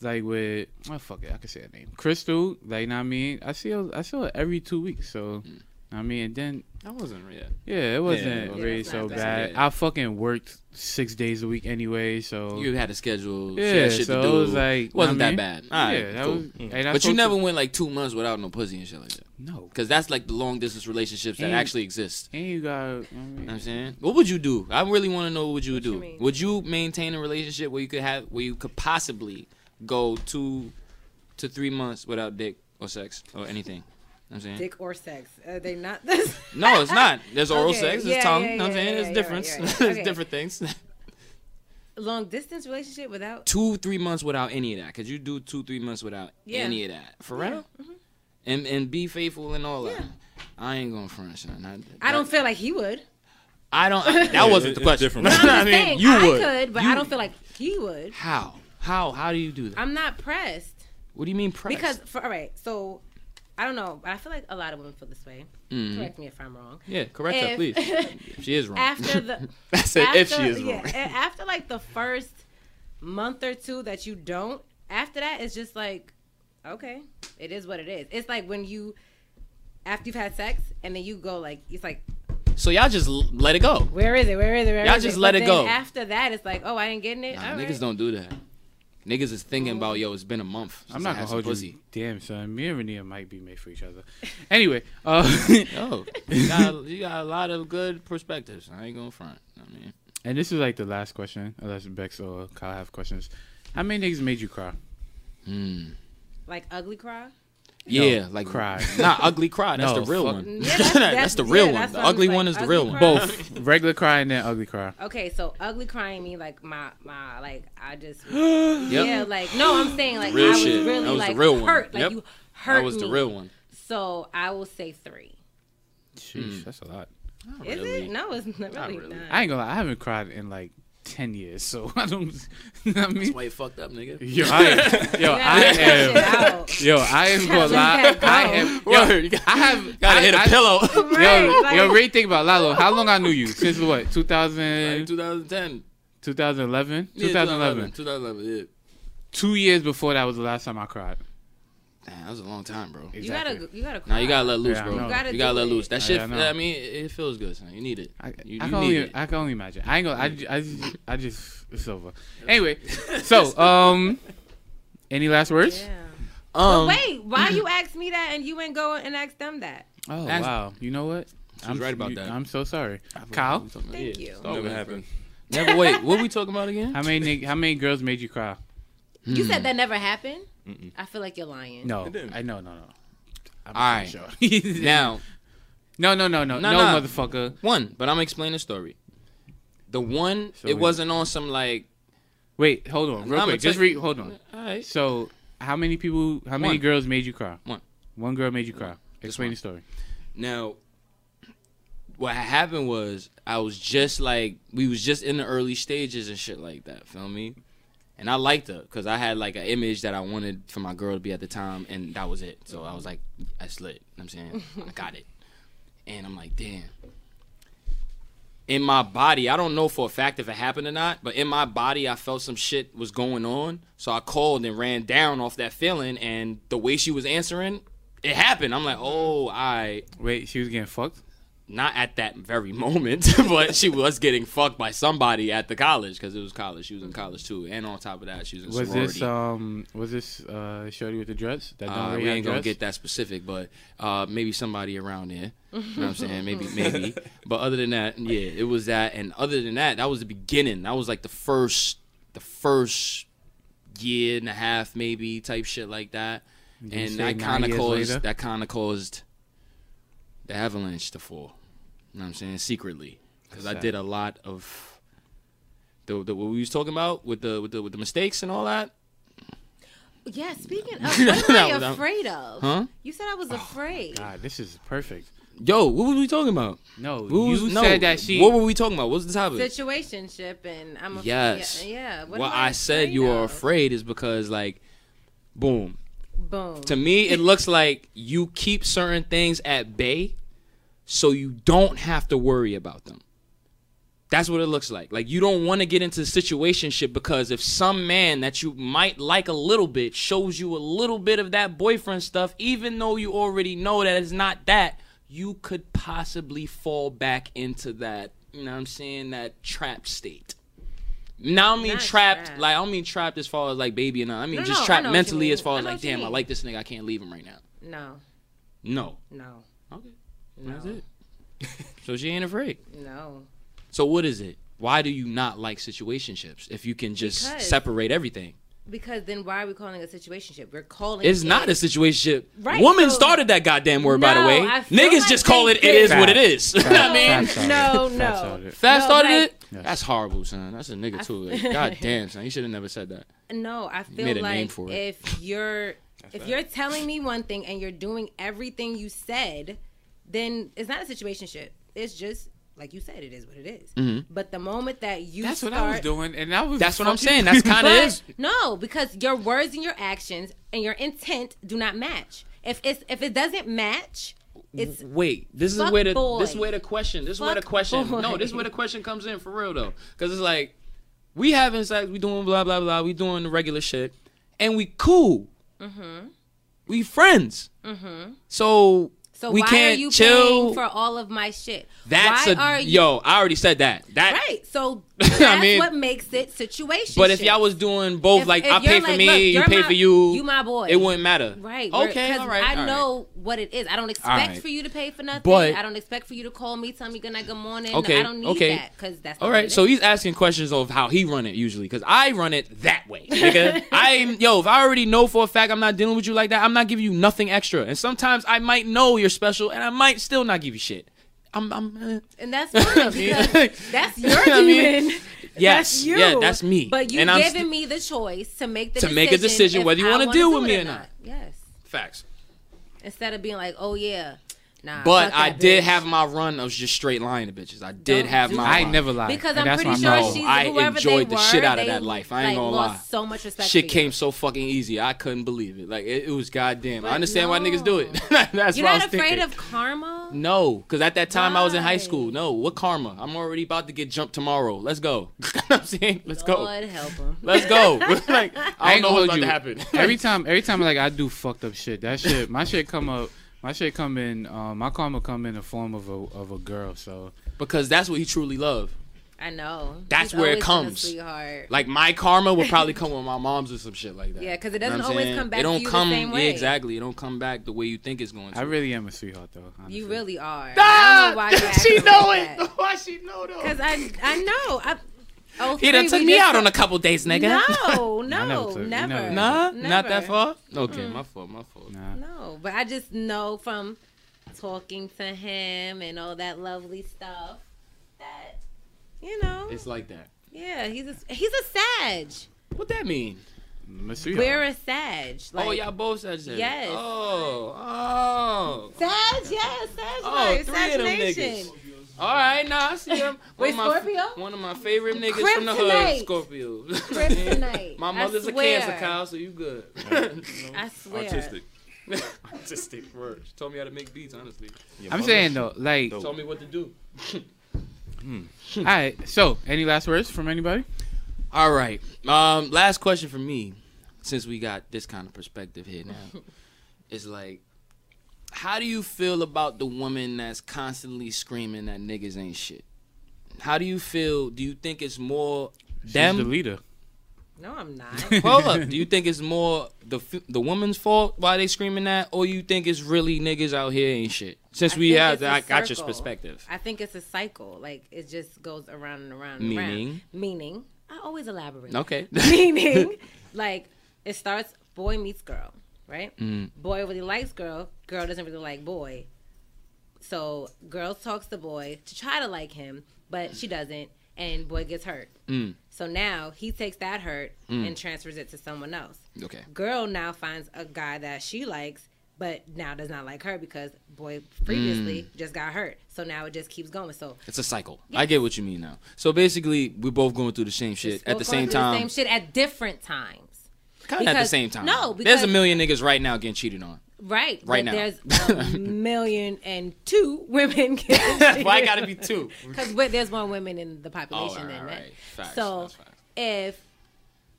[SPEAKER 1] like with oh fuck it, I can say her name, Crystal. Like, you know what I mean, I see her, I see her every two weeks. So,
[SPEAKER 2] Mm.
[SPEAKER 1] I mean, and then
[SPEAKER 2] That wasn't real.
[SPEAKER 1] yeah, it wasn't
[SPEAKER 2] Yeah,
[SPEAKER 1] really
[SPEAKER 4] that's
[SPEAKER 1] so
[SPEAKER 4] not
[SPEAKER 1] bad.
[SPEAKER 2] bad. Yeah.
[SPEAKER 1] I fucking worked six days a week anyway, so
[SPEAKER 2] You had a schedule. Yeah.
[SPEAKER 1] yeah,
[SPEAKER 2] shit
[SPEAKER 1] so
[SPEAKER 2] to do.
[SPEAKER 1] it was like
[SPEAKER 2] It wasn't
[SPEAKER 1] know what I
[SPEAKER 2] that
[SPEAKER 1] mean?
[SPEAKER 2] bad. All right,
[SPEAKER 1] yeah, that
[SPEAKER 2] cool.
[SPEAKER 1] was. and I
[SPEAKER 2] But you
[SPEAKER 1] spoke to-
[SPEAKER 2] never went like two months without no pussy and shit like that.
[SPEAKER 1] no.
[SPEAKER 2] Because that's like the long distance relationships that
[SPEAKER 1] And-
[SPEAKER 2] actually exist.
[SPEAKER 1] And you got. you know what I
[SPEAKER 2] You know
[SPEAKER 1] mean?
[SPEAKER 2] what I'm saying? What would you do? I really want to know what would you
[SPEAKER 4] What you
[SPEAKER 2] do.
[SPEAKER 4] mean?
[SPEAKER 2] would you maintain a relationship where you could have where you could possibly go two to three months without dick or sex or anything? You know what I'm saying?
[SPEAKER 4] Dick or sex? Are they not this?
[SPEAKER 2] No, it's not. There's oral
[SPEAKER 4] Okay,
[SPEAKER 2] sex,
[SPEAKER 4] yeah,
[SPEAKER 2] there's tongue,
[SPEAKER 4] yeah,
[SPEAKER 2] you know what I'm
[SPEAKER 4] yeah,
[SPEAKER 2] saying?
[SPEAKER 4] yeah,
[SPEAKER 2] There's
[SPEAKER 4] yeah,
[SPEAKER 2] difference.
[SPEAKER 4] yeah, yeah.
[SPEAKER 2] There's
[SPEAKER 4] Okay.
[SPEAKER 2] different things.
[SPEAKER 4] Long distance relationship without.
[SPEAKER 2] two, three months without any of that. Could you do two, three months without
[SPEAKER 4] Yeah. mm-hmm.
[SPEAKER 2] any of that? For real? And and be faithful and all that.
[SPEAKER 4] Yeah.
[SPEAKER 2] I ain't gonna front, son. I,
[SPEAKER 4] I don't feel like he would.
[SPEAKER 2] I don't. that
[SPEAKER 3] Yeah,
[SPEAKER 2] wasn't
[SPEAKER 3] it-
[SPEAKER 2] the
[SPEAKER 3] it's
[SPEAKER 2] question.
[SPEAKER 3] different. No, I'm
[SPEAKER 4] I'm just saying, I could, but I
[SPEAKER 2] You-
[SPEAKER 4] don't feel like he would.
[SPEAKER 2] How? How? How do you do that?
[SPEAKER 4] I'm not pressed.
[SPEAKER 2] What do you mean press?
[SPEAKER 4] Because for all right, so I don't know, but I feel like a lot of women feel this way.
[SPEAKER 2] Mhm.
[SPEAKER 4] Correct me if I'm wrong.
[SPEAKER 2] yeah, correct her,
[SPEAKER 4] If-
[SPEAKER 2] please. If she is wrong.
[SPEAKER 4] after the
[SPEAKER 2] I said if she
[SPEAKER 4] after-
[SPEAKER 2] is
[SPEAKER 4] yeah,
[SPEAKER 2] wrong.
[SPEAKER 4] a- after like the first month or two that you don't, after that it's just like, okay, it is what it is. It's like when you after you've had sex and then you go like it's like
[SPEAKER 2] So y'all just l- let it go.
[SPEAKER 4] where is it? Where is it? Where
[SPEAKER 2] Y'all
[SPEAKER 4] is
[SPEAKER 2] just
[SPEAKER 4] it?
[SPEAKER 2] let
[SPEAKER 4] But
[SPEAKER 2] it
[SPEAKER 4] then
[SPEAKER 2] go.
[SPEAKER 4] After that, it's like, oh, I ain't getting it.
[SPEAKER 2] Nah,
[SPEAKER 4] All
[SPEAKER 2] niggas
[SPEAKER 4] right.
[SPEAKER 2] don't do that. Niggas is thinking about yo. It's been a month.
[SPEAKER 1] I'm
[SPEAKER 2] since I
[SPEAKER 1] not
[SPEAKER 2] had
[SPEAKER 1] gonna
[SPEAKER 2] some
[SPEAKER 1] hold
[SPEAKER 2] pussy.
[SPEAKER 1] you. Damn, son, me and Rania might be made for each other. Anyway, uh,
[SPEAKER 2] Yo, you got, you got a lot of good perspectives. I ain't gonna front. I mean,
[SPEAKER 1] And this is like the last question, unless Bex or Kyle have questions. How many niggas made you cry?
[SPEAKER 2] hmm.
[SPEAKER 4] Like ugly cry.
[SPEAKER 2] yeah, like
[SPEAKER 1] cry.
[SPEAKER 2] Not ugly cry. That's
[SPEAKER 1] No,
[SPEAKER 2] the real
[SPEAKER 1] fuck-
[SPEAKER 2] one.
[SPEAKER 4] Yeah,
[SPEAKER 2] that's,
[SPEAKER 4] that's- that's-
[SPEAKER 2] the real
[SPEAKER 4] yeah,
[SPEAKER 2] one.
[SPEAKER 4] that's
[SPEAKER 2] The
[SPEAKER 4] what I'm
[SPEAKER 2] ugly
[SPEAKER 4] like,
[SPEAKER 2] one is the
[SPEAKER 4] ugly
[SPEAKER 2] real
[SPEAKER 4] cry.
[SPEAKER 2] one.
[SPEAKER 1] Both regular cry and then ugly cry.
[SPEAKER 4] Okay, so ugly crying mean like my my like I just
[SPEAKER 2] Yep.
[SPEAKER 4] yeah like no I'm saying like
[SPEAKER 2] Real
[SPEAKER 4] I was
[SPEAKER 2] shit.
[SPEAKER 4] really
[SPEAKER 2] That was the
[SPEAKER 4] like
[SPEAKER 2] real one.
[SPEAKER 4] hurt like
[SPEAKER 2] Yep.
[SPEAKER 4] you hurt
[SPEAKER 2] That was the
[SPEAKER 4] me.
[SPEAKER 2] real one.
[SPEAKER 4] So I will say three.
[SPEAKER 1] Jeez, that's a lot.
[SPEAKER 2] Not
[SPEAKER 4] Is
[SPEAKER 2] really.
[SPEAKER 4] it? No, it's not
[SPEAKER 2] Not
[SPEAKER 4] really.
[SPEAKER 2] really.
[SPEAKER 4] Not.
[SPEAKER 1] I ain't gonna lie, I haven't cried in like ten years, so I don't. I mean,
[SPEAKER 2] That's why you fucked up, nigga.
[SPEAKER 1] yo, I, yo, I am, yo, I am gonna lie. I am, yo,
[SPEAKER 2] you gotta,
[SPEAKER 1] I have,
[SPEAKER 2] gotta
[SPEAKER 1] I,
[SPEAKER 2] hit a
[SPEAKER 1] I-
[SPEAKER 2] pillow.
[SPEAKER 1] Yo, yo,
[SPEAKER 4] like,
[SPEAKER 1] really think about it. Lalo. How long I knew you since what? 2000,
[SPEAKER 2] 2010.
[SPEAKER 1] 2011?
[SPEAKER 2] Yeah,
[SPEAKER 1] 2011.
[SPEAKER 2] 2011, yeah.
[SPEAKER 1] Two years before that was the last time I cried.
[SPEAKER 2] Damn, that was a long time, bro.
[SPEAKER 4] you gotta, you gotta.
[SPEAKER 2] Nah, you gotta let loose,
[SPEAKER 1] Yeah, I
[SPEAKER 2] bro.
[SPEAKER 1] know.
[SPEAKER 2] You
[SPEAKER 1] You
[SPEAKER 2] gotta,
[SPEAKER 4] gotta do
[SPEAKER 2] let
[SPEAKER 4] it.
[SPEAKER 2] loose. That
[SPEAKER 1] Yeah,
[SPEAKER 2] shit,
[SPEAKER 1] I know.
[SPEAKER 2] I mean, it feels good, son. You need it.
[SPEAKER 1] I,
[SPEAKER 2] You-
[SPEAKER 1] I
[SPEAKER 2] you
[SPEAKER 1] can
[SPEAKER 2] need
[SPEAKER 1] only,
[SPEAKER 2] it.
[SPEAKER 1] I can only imagine. I ain't gonna. I, ju- I, ju- I just. It's over. Anyway, so um, any last words?
[SPEAKER 4] Yeah.
[SPEAKER 2] Um,
[SPEAKER 4] Wait, why you asked me that and you ain't go and ask them that?
[SPEAKER 1] Oh
[SPEAKER 2] Ask-
[SPEAKER 1] wow. You know what? I'm
[SPEAKER 2] right
[SPEAKER 1] s-
[SPEAKER 2] about
[SPEAKER 1] you-
[SPEAKER 2] that.
[SPEAKER 1] I'm so sorry, Kyle.
[SPEAKER 4] Thank you.
[SPEAKER 2] Oh,
[SPEAKER 3] Never
[SPEAKER 2] man,
[SPEAKER 3] happened.
[SPEAKER 2] bro. Never wait. What we talking about again?
[SPEAKER 1] How many nigg- how many girls made you cry?
[SPEAKER 4] You
[SPEAKER 2] Hmm.
[SPEAKER 4] said that never happened.
[SPEAKER 3] Mm-mm.
[SPEAKER 4] I feel like you're lying.
[SPEAKER 1] No,
[SPEAKER 3] It didn't.
[SPEAKER 1] I no no no. I'm
[SPEAKER 2] All right.
[SPEAKER 1] sure.
[SPEAKER 2] Now,
[SPEAKER 1] no no no no
[SPEAKER 2] Nah,
[SPEAKER 1] no
[SPEAKER 2] nah.
[SPEAKER 1] motherfucker.
[SPEAKER 2] one, but I'm explaining the story. The one,
[SPEAKER 1] So
[SPEAKER 2] it
[SPEAKER 1] we-
[SPEAKER 2] wasn't on some like.
[SPEAKER 1] Wait, hold on,
[SPEAKER 2] Nah,
[SPEAKER 1] real
[SPEAKER 2] I'ma
[SPEAKER 1] quick. Just
[SPEAKER 2] tell you-
[SPEAKER 1] read. Hold on.
[SPEAKER 2] All right.
[SPEAKER 1] So, how many people? How many
[SPEAKER 2] One.
[SPEAKER 1] girls made you cry?
[SPEAKER 2] One.
[SPEAKER 1] One girl made you cry. Explain
[SPEAKER 2] one.
[SPEAKER 1] the story.
[SPEAKER 2] Now, what happened was I was just like we was just in the early stages and shit like that. Feel me? And I liked her because I had like an image that I wanted for my girl to be at the time, and that was it. So I was like, I slid. You know what I'm saying I got it, and I'm like, damn. In my body, I don't know for a fact if it happened or not, but in my body, I felt some shit was going on. So I called and ran down off that feeling, and the way she was answering, it happened. I'm like, oh, I
[SPEAKER 1] Wait, she was getting fucked.
[SPEAKER 2] not at that very moment, but she was getting fucked by somebody at the college because it was college. She was in college too, and on top of that, she was in
[SPEAKER 1] Was
[SPEAKER 2] sorority.
[SPEAKER 1] this um? Was this uh? Shorty with the dreads? That
[SPEAKER 2] Uh,
[SPEAKER 1] don't
[SPEAKER 2] we ain't gonna
[SPEAKER 1] dress?
[SPEAKER 2] get that specific, but uh, maybe somebody around there. You know what I'm saying? Maybe, maybe. But other than that, yeah, it was that. And other than that, that was the beginning. That was like the first, the first year and a half, maybe type shit like that.
[SPEAKER 1] you
[SPEAKER 2] and
[SPEAKER 1] say
[SPEAKER 2] that
[SPEAKER 1] nine
[SPEAKER 2] kind of
[SPEAKER 1] years
[SPEAKER 2] caused
[SPEAKER 1] later?
[SPEAKER 2] that kind of caused the avalanche to fall. You know what I'm saying? Secretly, because I
[SPEAKER 1] Sad.
[SPEAKER 2] did a lot of the, the what we was talking about with the with the with the mistakes and all that.
[SPEAKER 4] Yeah. Speaking of, what am
[SPEAKER 2] No,
[SPEAKER 4] I
[SPEAKER 2] no.
[SPEAKER 4] afraid of?
[SPEAKER 2] Huh? Oh,
[SPEAKER 4] You said I was afraid.
[SPEAKER 1] God, this is perfect.
[SPEAKER 2] Yo, what were we talking about?
[SPEAKER 1] No,
[SPEAKER 2] What was-
[SPEAKER 1] you
[SPEAKER 2] no,
[SPEAKER 1] said that she.
[SPEAKER 2] What were we talking about? What was the topic?
[SPEAKER 4] Situationship and I'm. Af-
[SPEAKER 2] Yes.
[SPEAKER 4] Yeah. yeah.
[SPEAKER 2] what
[SPEAKER 4] am
[SPEAKER 2] I said you are
[SPEAKER 4] of?
[SPEAKER 2] afraid is because like, boom.
[SPEAKER 4] Boom.
[SPEAKER 2] To me, it looks like you keep certain things at bay, so you don't have to worry about them. That's what it looks like. Like you don't want to get into situationship because if some man that you might like a little bit shows you a little bit of that boyfriend stuff, even though you already know that it's not that, you could possibly fall back into that. You know what I'm saying? That trap state. Now I mean
[SPEAKER 4] Not
[SPEAKER 2] trapped,
[SPEAKER 4] trapped.
[SPEAKER 2] like I don't mean trapped as far as like baby and all. I mean
[SPEAKER 4] No,
[SPEAKER 2] just
[SPEAKER 4] no, I
[SPEAKER 2] trapped
[SPEAKER 4] know what you
[SPEAKER 2] mentally as
[SPEAKER 4] mean.
[SPEAKER 2] far
[SPEAKER 4] I
[SPEAKER 2] as
[SPEAKER 4] know
[SPEAKER 2] like
[SPEAKER 4] what you
[SPEAKER 2] damn, I
[SPEAKER 4] mean.
[SPEAKER 2] like this nigga, I can't leave him right now.
[SPEAKER 4] No.
[SPEAKER 2] No.
[SPEAKER 4] No.
[SPEAKER 2] Okay. That's
[SPEAKER 4] No.
[SPEAKER 2] it. so she ain't afraid.
[SPEAKER 4] No.
[SPEAKER 2] So what is it? Why do you not like situationships if you can just
[SPEAKER 4] Because-
[SPEAKER 2] separate everything?
[SPEAKER 4] Because then why are we calling it a situationship? We're calling
[SPEAKER 2] It's
[SPEAKER 4] it
[SPEAKER 2] not a situationship.
[SPEAKER 4] Right,
[SPEAKER 2] Women
[SPEAKER 4] so-
[SPEAKER 2] started that goddamn word, by the
[SPEAKER 4] No,
[SPEAKER 2] way.
[SPEAKER 4] I feel
[SPEAKER 2] Niggas
[SPEAKER 4] like
[SPEAKER 2] just call
[SPEAKER 4] they
[SPEAKER 2] it. It
[SPEAKER 4] did.
[SPEAKER 2] is what it
[SPEAKER 1] Facts.
[SPEAKER 2] is. You know what I mean,
[SPEAKER 1] Facts on
[SPEAKER 4] No,
[SPEAKER 1] it.
[SPEAKER 4] no.
[SPEAKER 1] Facts on it.
[SPEAKER 2] fast
[SPEAKER 4] No,
[SPEAKER 2] started
[SPEAKER 4] like-
[SPEAKER 2] it.
[SPEAKER 1] Yes.
[SPEAKER 2] That's horrible, son. That's a nigga too.
[SPEAKER 4] f-
[SPEAKER 2] God damn, son. You should have never said that.
[SPEAKER 4] No, I feel
[SPEAKER 2] made a name
[SPEAKER 4] like
[SPEAKER 2] for it.
[SPEAKER 4] if you're if
[SPEAKER 3] bad.
[SPEAKER 4] you're telling me one thing and you're doing everything you said, then it's not a situationship. It's just like you said, it is what it is.
[SPEAKER 2] Mm-hmm.
[SPEAKER 4] But the moment that you
[SPEAKER 1] That's what
[SPEAKER 4] start,
[SPEAKER 1] I was doing, and that was.
[SPEAKER 2] That's what I'm
[SPEAKER 1] fucking-
[SPEAKER 2] saying. That's kind of
[SPEAKER 4] But
[SPEAKER 2] is.
[SPEAKER 4] no, because your words and your actions and your intent do not match. If it's if it doesn't match, it's
[SPEAKER 2] Wait, this is
[SPEAKER 4] Fuck
[SPEAKER 2] where the
[SPEAKER 4] boy.
[SPEAKER 2] this is where the question. This is where the
[SPEAKER 4] Fuck
[SPEAKER 2] question. No,
[SPEAKER 4] boy.
[SPEAKER 2] this is where the question comes in for real though, because it's like we having sex, we doing blah blah blah, we doing the regular shit, and we cool.
[SPEAKER 4] Mm-hmm.
[SPEAKER 2] We friends. So
[SPEAKER 4] so
[SPEAKER 2] we
[SPEAKER 4] why
[SPEAKER 2] can't
[SPEAKER 4] are you
[SPEAKER 2] chill.
[SPEAKER 4] paying for all of my shit?
[SPEAKER 2] That's
[SPEAKER 4] why
[SPEAKER 2] a
[SPEAKER 4] are you
[SPEAKER 2] yo. I already said that. That
[SPEAKER 4] right? So
[SPEAKER 2] I
[SPEAKER 4] that's
[SPEAKER 2] mean-
[SPEAKER 4] what makes it situation.
[SPEAKER 2] But if y'all was doing both,
[SPEAKER 4] If-
[SPEAKER 2] like
[SPEAKER 4] if
[SPEAKER 2] I pay
[SPEAKER 4] you're
[SPEAKER 2] for
[SPEAKER 4] like,
[SPEAKER 2] me,
[SPEAKER 4] look,
[SPEAKER 2] you
[SPEAKER 4] you're
[SPEAKER 2] pay
[SPEAKER 4] my-
[SPEAKER 2] for you,
[SPEAKER 4] you my boy.
[SPEAKER 2] it wouldn't matter.
[SPEAKER 4] Right. we're-
[SPEAKER 2] Okay.
[SPEAKER 4] 'cause
[SPEAKER 2] All right.
[SPEAKER 4] I
[SPEAKER 2] all right.
[SPEAKER 4] know what it is. I don't expect
[SPEAKER 2] right.
[SPEAKER 4] for you to pay for nothing.
[SPEAKER 2] But-
[SPEAKER 4] I don't expect for you to call me, tell me good night, good morning.
[SPEAKER 2] Okay,
[SPEAKER 4] I don't need
[SPEAKER 2] okay.
[SPEAKER 4] that because that's not
[SPEAKER 2] All
[SPEAKER 4] what
[SPEAKER 2] right,
[SPEAKER 4] it
[SPEAKER 2] so
[SPEAKER 4] is.
[SPEAKER 2] he's asking questions of how he run it usually, because I run it that way, nigga. I'm yo, if I already know for a fact I'm not dealing with you like that, I'm not giving you nothing extra. And sometimes I might know you're special, and I might still not give you shit. I'm, I'm. Uh,
[SPEAKER 4] and that's fine
[SPEAKER 2] mean-
[SPEAKER 4] because that's your
[SPEAKER 2] I
[SPEAKER 4] demon.
[SPEAKER 2] mean, yes,
[SPEAKER 4] that's you.
[SPEAKER 2] yeah, that's me.
[SPEAKER 4] But you
[SPEAKER 2] And I'm
[SPEAKER 4] giving
[SPEAKER 2] sti-
[SPEAKER 4] me the choice to make the
[SPEAKER 2] To
[SPEAKER 4] decision
[SPEAKER 2] make a decision
[SPEAKER 4] if
[SPEAKER 2] whether you
[SPEAKER 4] I
[SPEAKER 2] wanna
[SPEAKER 4] wanna
[SPEAKER 2] deal
[SPEAKER 4] do
[SPEAKER 2] with
[SPEAKER 4] it
[SPEAKER 2] me or not.
[SPEAKER 4] Yes.
[SPEAKER 2] facts.
[SPEAKER 4] Instead of being like, oh yeah, Nah,
[SPEAKER 2] But
[SPEAKER 4] fuck
[SPEAKER 2] I
[SPEAKER 4] that
[SPEAKER 2] did
[SPEAKER 4] bitch.
[SPEAKER 2] have my run of just straight lying to bitches. I did
[SPEAKER 4] Don't
[SPEAKER 2] have
[SPEAKER 4] do
[SPEAKER 2] my.
[SPEAKER 4] that.
[SPEAKER 1] I
[SPEAKER 2] run.
[SPEAKER 1] ain't never lied.
[SPEAKER 4] Because
[SPEAKER 1] and
[SPEAKER 4] I'm
[SPEAKER 1] that's
[SPEAKER 4] pretty
[SPEAKER 1] my
[SPEAKER 4] sure
[SPEAKER 1] problem.
[SPEAKER 4] she's
[SPEAKER 2] I
[SPEAKER 4] whoever
[SPEAKER 2] enjoyed
[SPEAKER 4] they
[SPEAKER 2] the
[SPEAKER 4] were,
[SPEAKER 2] shit out of
[SPEAKER 4] they,
[SPEAKER 2] that life. I ain't
[SPEAKER 4] like,
[SPEAKER 2] gonna
[SPEAKER 4] lost
[SPEAKER 2] lie.
[SPEAKER 4] So much respect.
[SPEAKER 2] Shit
[SPEAKER 4] for you.
[SPEAKER 2] came so fucking easy. I couldn't believe it. Like it, it was goddamn.
[SPEAKER 4] But
[SPEAKER 2] I understand why
[SPEAKER 4] no.
[SPEAKER 2] niggas do it. That's
[SPEAKER 4] You're
[SPEAKER 2] what I was
[SPEAKER 4] not afraid
[SPEAKER 2] thinking. Mm,
[SPEAKER 4] of karma.
[SPEAKER 2] No, because at that time I was in high
[SPEAKER 4] Why?
[SPEAKER 2] school. No, what karma? I'm already about to get jumped tomorrow. Let's go. I'm saying, let's go.
[SPEAKER 4] Lord help him.
[SPEAKER 2] Let's go. like I
[SPEAKER 1] ain't
[SPEAKER 2] don't know
[SPEAKER 1] gonna
[SPEAKER 2] what's
[SPEAKER 1] hold
[SPEAKER 2] about
[SPEAKER 1] you.
[SPEAKER 2] to happen.
[SPEAKER 1] every time, every time, like I do fucked up shit. That shit, my shit come up. My shit come in. Um, my karma come in the form of a of a girl. So
[SPEAKER 2] because that's what he truly loved.
[SPEAKER 4] I know.
[SPEAKER 2] That's
[SPEAKER 4] He's
[SPEAKER 2] where it
[SPEAKER 4] always been a
[SPEAKER 2] comes.
[SPEAKER 4] Sweetheart.
[SPEAKER 2] Like my karma would probably come with my mom's or some shit like that.
[SPEAKER 4] Yeah, 'cause it
[SPEAKER 2] You know
[SPEAKER 4] doesn't
[SPEAKER 2] what I'm
[SPEAKER 4] always
[SPEAKER 2] saying?
[SPEAKER 4] come back
[SPEAKER 2] It
[SPEAKER 4] to
[SPEAKER 2] don't
[SPEAKER 4] you the
[SPEAKER 2] come.
[SPEAKER 4] same
[SPEAKER 2] Yeah,
[SPEAKER 4] way.
[SPEAKER 2] exactly. It don't come back the way you think it's going to.
[SPEAKER 1] I really am a sweetheart, though. honestly.
[SPEAKER 4] You really are.
[SPEAKER 2] Ah,
[SPEAKER 4] I don't know why she know it.
[SPEAKER 2] Why she know though?
[SPEAKER 4] Because I, I know. I, oh,
[SPEAKER 2] He done
[SPEAKER 4] three,
[SPEAKER 2] took
[SPEAKER 4] we
[SPEAKER 2] me
[SPEAKER 4] just
[SPEAKER 2] out
[SPEAKER 4] took-
[SPEAKER 2] on a couple dates, nigga.
[SPEAKER 4] No, no,
[SPEAKER 1] took- you
[SPEAKER 4] never.
[SPEAKER 1] never took.
[SPEAKER 2] nah, not
[SPEAKER 4] Never. Mm.
[SPEAKER 2] that far. Okay, my fault, my fault.
[SPEAKER 1] Nah.
[SPEAKER 4] No, but I just know from talking to him and all that lovely stuff that you know,
[SPEAKER 2] It's like that.
[SPEAKER 4] yeah, he's a he's a Sag.
[SPEAKER 2] What that mean?
[SPEAKER 1] I'm a sweetheart.
[SPEAKER 4] We're a Sag. Like,
[SPEAKER 2] oh, y'all both said that.
[SPEAKER 4] Yes.
[SPEAKER 2] Oh, oh.
[SPEAKER 4] Sag, yes, Sag,
[SPEAKER 2] Oh,
[SPEAKER 4] life,
[SPEAKER 2] three
[SPEAKER 4] Sag
[SPEAKER 2] of them
[SPEAKER 4] Nation.
[SPEAKER 2] niggas. All right, nah, I see him. one
[SPEAKER 4] Wait,
[SPEAKER 2] of my,
[SPEAKER 4] Scorpio?
[SPEAKER 2] One of my favorite niggas from the
[SPEAKER 4] Kryptonite.
[SPEAKER 2] hood, Scorpio.
[SPEAKER 4] Kryptonite.
[SPEAKER 2] my
[SPEAKER 4] I
[SPEAKER 2] mother's a
[SPEAKER 4] swear.
[SPEAKER 2] cancer, Kyle, so you good.
[SPEAKER 4] I swear.
[SPEAKER 3] Autistic.
[SPEAKER 2] Autistic words. Told me how to make beats, honestly.
[SPEAKER 3] Your
[SPEAKER 1] I'm
[SPEAKER 3] mother-
[SPEAKER 1] saying though, like,
[SPEAKER 3] Dope.
[SPEAKER 1] all
[SPEAKER 2] Told me what to do.
[SPEAKER 1] right. So, any last words from anybody?
[SPEAKER 2] All right. Um, last question for me, since we got this kind of perspective here now, is like, how do you feel about the woman that's constantly screaming that niggas ain't shit? How do you feel? Do you think it's more
[SPEAKER 1] She's the
[SPEAKER 2] them?
[SPEAKER 1] leader.
[SPEAKER 4] No, I'm not.
[SPEAKER 2] Hold up. Do you think it's more the f- the woman's fault why they screaming that, or you think it's really niggas out here ain't shit? Since
[SPEAKER 4] I
[SPEAKER 2] we
[SPEAKER 4] think
[SPEAKER 2] have,
[SPEAKER 4] it's a
[SPEAKER 2] I got your
[SPEAKER 4] circle.
[SPEAKER 2] perspective.
[SPEAKER 4] I think it's a cycle. Like it just goes around and around and
[SPEAKER 2] Meaning?
[SPEAKER 4] around. Meaning. I always elaborate.
[SPEAKER 2] Okay.
[SPEAKER 4] Meaning, like it starts boy meets girl, right?
[SPEAKER 2] Mm.
[SPEAKER 4] Boy really likes girl. Girl doesn't really like boy. So girl talks to boy to try to like him, but she doesn't, and boy gets hurt.
[SPEAKER 2] Mm.
[SPEAKER 4] So now he takes that hurt and transfers it to someone else.
[SPEAKER 2] Okay.
[SPEAKER 4] Girl now finds a guy that she likes, but now does not like her because boy previously
[SPEAKER 2] Mm.
[SPEAKER 4] just got hurt. So now it just keeps going. So
[SPEAKER 2] It's a cycle. I get what you mean now. So basically, we're both going through the same shit
[SPEAKER 4] it's
[SPEAKER 2] at the
[SPEAKER 4] both going
[SPEAKER 2] same
[SPEAKER 4] through
[SPEAKER 2] time.
[SPEAKER 4] same shit at different times.
[SPEAKER 2] Kinda at the
[SPEAKER 4] Because-
[SPEAKER 2] same time.
[SPEAKER 4] no,
[SPEAKER 2] there's a
[SPEAKER 4] because-
[SPEAKER 2] million niggas right now getting cheated on.
[SPEAKER 4] Right.
[SPEAKER 2] Right
[SPEAKER 4] but
[SPEAKER 2] now.
[SPEAKER 4] There's a million and two women.
[SPEAKER 2] Why I gotta be two?
[SPEAKER 4] Because there's more women in the
[SPEAKER 2] Oh,
[SPEAKER 4] population
[SPEAKER 2] all right,
[SPEAKER 4] than
[SPEAKER 2] all
[SPEAKER 4] men.
[SPEAKER 2] right. Facts.
[SPEAKER 4] So
[SPEAKER 2] That's facts.
[SPEAKER 4] if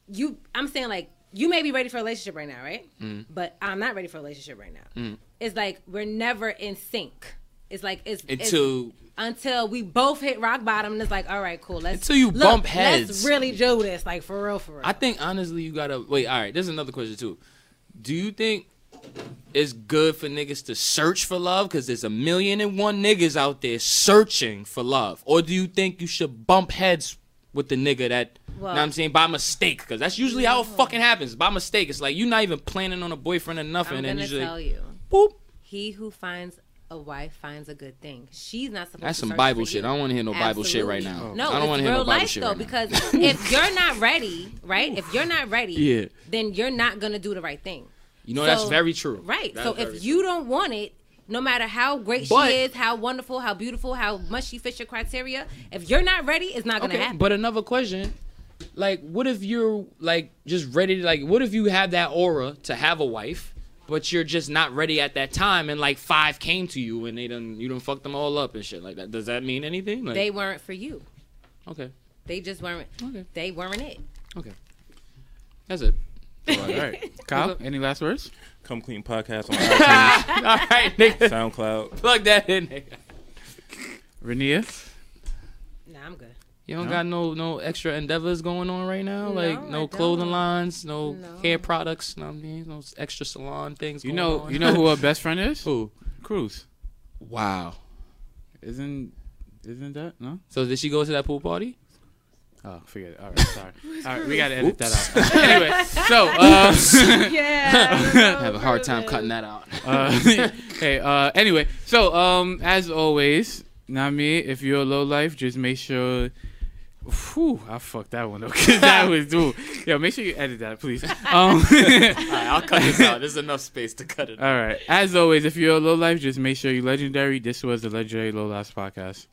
[SPEAKER 4] you, I'm saying like you may be ready for a relationship right now, right?
[SPEAKER 2] Mm.
[SPEAKER 4] But I'm not ready for a relationship right now. It's like we're never in sync. It's like it's it's-
[SPEAKER 2] until
[SPEAKER 4] until we both hit rock bottom and it's like all right, cool. Let's
[SPEAKER 2] Until you
[SPEAKER 4] look,
[SPEAKER 2] bump heads.
[SPEAKER 4] Let's really do this, like for real, for real.
[SPEAKER 2] I think honestly, you gotta wait. All right, there's another question too. Do you think it's good for niggas to search for love because there's a million and one niggas out there searching for love, or do you think you should bump heads with the nigga that?
[SPEAKER 4] Well-
[SPEAKER 2] know what I'm saying by mistake, because that's usually how it fucking happens. By mistake, it's like you're not even planning on a boyfriend or nothing,
[SPEAKER 4] I'm
[SPEAKER 2] and
[SPEAKER 4] gonna
[SPEAKER 2] usually
[SPEAKER 4] tell you,
[SPEAKER 2] boop.
[SPEAKER 4] he who finds a wife finds a good thing. She's not supposed.
[SPEAKER 2] That's
[SPEAKER 4] to
[SPEAKER 2] some
[SPEAKER 4] search
[SPEAKER 2] Bible
[SPEAKER 4] for
[SPEAKER 2] shit.
[SPEAKER 4] you.
[SPEAKER 2] I don't want to hear no Bible shit right now.
[SPEAKER 4] Absolutely. No,
[SPEAKER 2] I don't
[SPEAKER 4] it's
[SPEAKER 2] want to
[SPEAKER 4] real
[SPEAKER 2] hear no Bible
[SPEAKER 4] life
[SPEAKER 2] shit
[SPEAKER 4] though,
[SPEAKER 2] right now.
[SPEAKER 4] because if you're not ready, right? If you're not ready,
[SPEAKER 2] Yeah.
[SPEAKER 4] then you're not gonna do the right thing.
[SPEAKER 2] You know that's
[SPEAKER 4] so-
[SPEAKER 2] very true.
[SPEAKER 4] Right.
[SPEAKER 2] That
[SPEAKER 4] so
[SPEAKER 2] is very
[SPEAKER 4] if you don't want it, no matter how great
[SPEAKER 2] But-
[SPEAKER 4] she is, how wonderful, how beautiful, how much she fits your criteria, if you're not ready, it's not gonna
[SPEAKER 2] okay,
[SPEAKER 4] happen.
[SPEAKER 2] but another question, like, what if you're like just ready to like, what if you have that aura to have a wife, but you're just not ready at that time, and like five came to you and they done you done fucked them all up and shit like that. Does that mean anything? Like,
[SPEAKER 4] they weren't for you.
[SPEAKER 2] okay,
[SPEAKER 4] They just weren't.
[SPEAKER 2] Okay.
[SPEAKER 4] They weren't it.
[SPEAKER 2] okay, that's it.
[SPEAKER 1] All right, Kyle. Any last words?
[SPEAKER 3] Come Clean Podcast on iTunes,
[SPEAKER 2] all right, nigga,
[SPEAKER 3] SoundCloud.
[SPEAKER 2] plug that in. Nigga.
[SPEAKER 1] Rania.
[SPEAKER 4] Nah, I'm good.
[SPEAKER 2] You don't
[SPEAKER 1] No.
[SPEAKER 2] got no no extra endeavors going on right now, like
[SPEAKER 4] No,
[SPEAKER 2] no
[SPEAKER 4] I
[SPEAKER 2] clothing
[SPEAKER 4] don't.
[SPEAKER 2] lines, no,
[SPEAKER 4] No.
[SPEAKER 2] hair products, no, I mean, no extra salon things.
[SPEAKER 1] You
[SPEAKER 2] going
[SPEAKER 1] know,
[SPEAKER 2] on.
[SPEAKER 1] you know who her best friend is?
[SPEAKER 2] Who?
[SPEAKER 1] Cruz.
[SPEAKER 2] Wow.
[SPEAKER 1] Isn't, isn't that no?
[SPEAKER 2] So did she go to that pool party?
[SPEAKER 1] Oh, forget it. All right, sorry. All right, we gotta edit that out. anyway, so uh,
[SPEAKER 4] Yeah.
[SPEAKER 2] I have a hard time cutting that out.
[SPEAKER 1] uh, hey, uh, anyway, so um, as always, Nami, if you're a low life, just make sure Whew, I fucked that one up 'cause that was dude. Yo, make sure you edit that, please. Um,
[SPEAKER 5] right, I'll cut this out. There's enough space to cut it.
[SPEAKER 1] all right. As always, if you're a low life, just make sure you're legendary. This was the legendary low life podcast.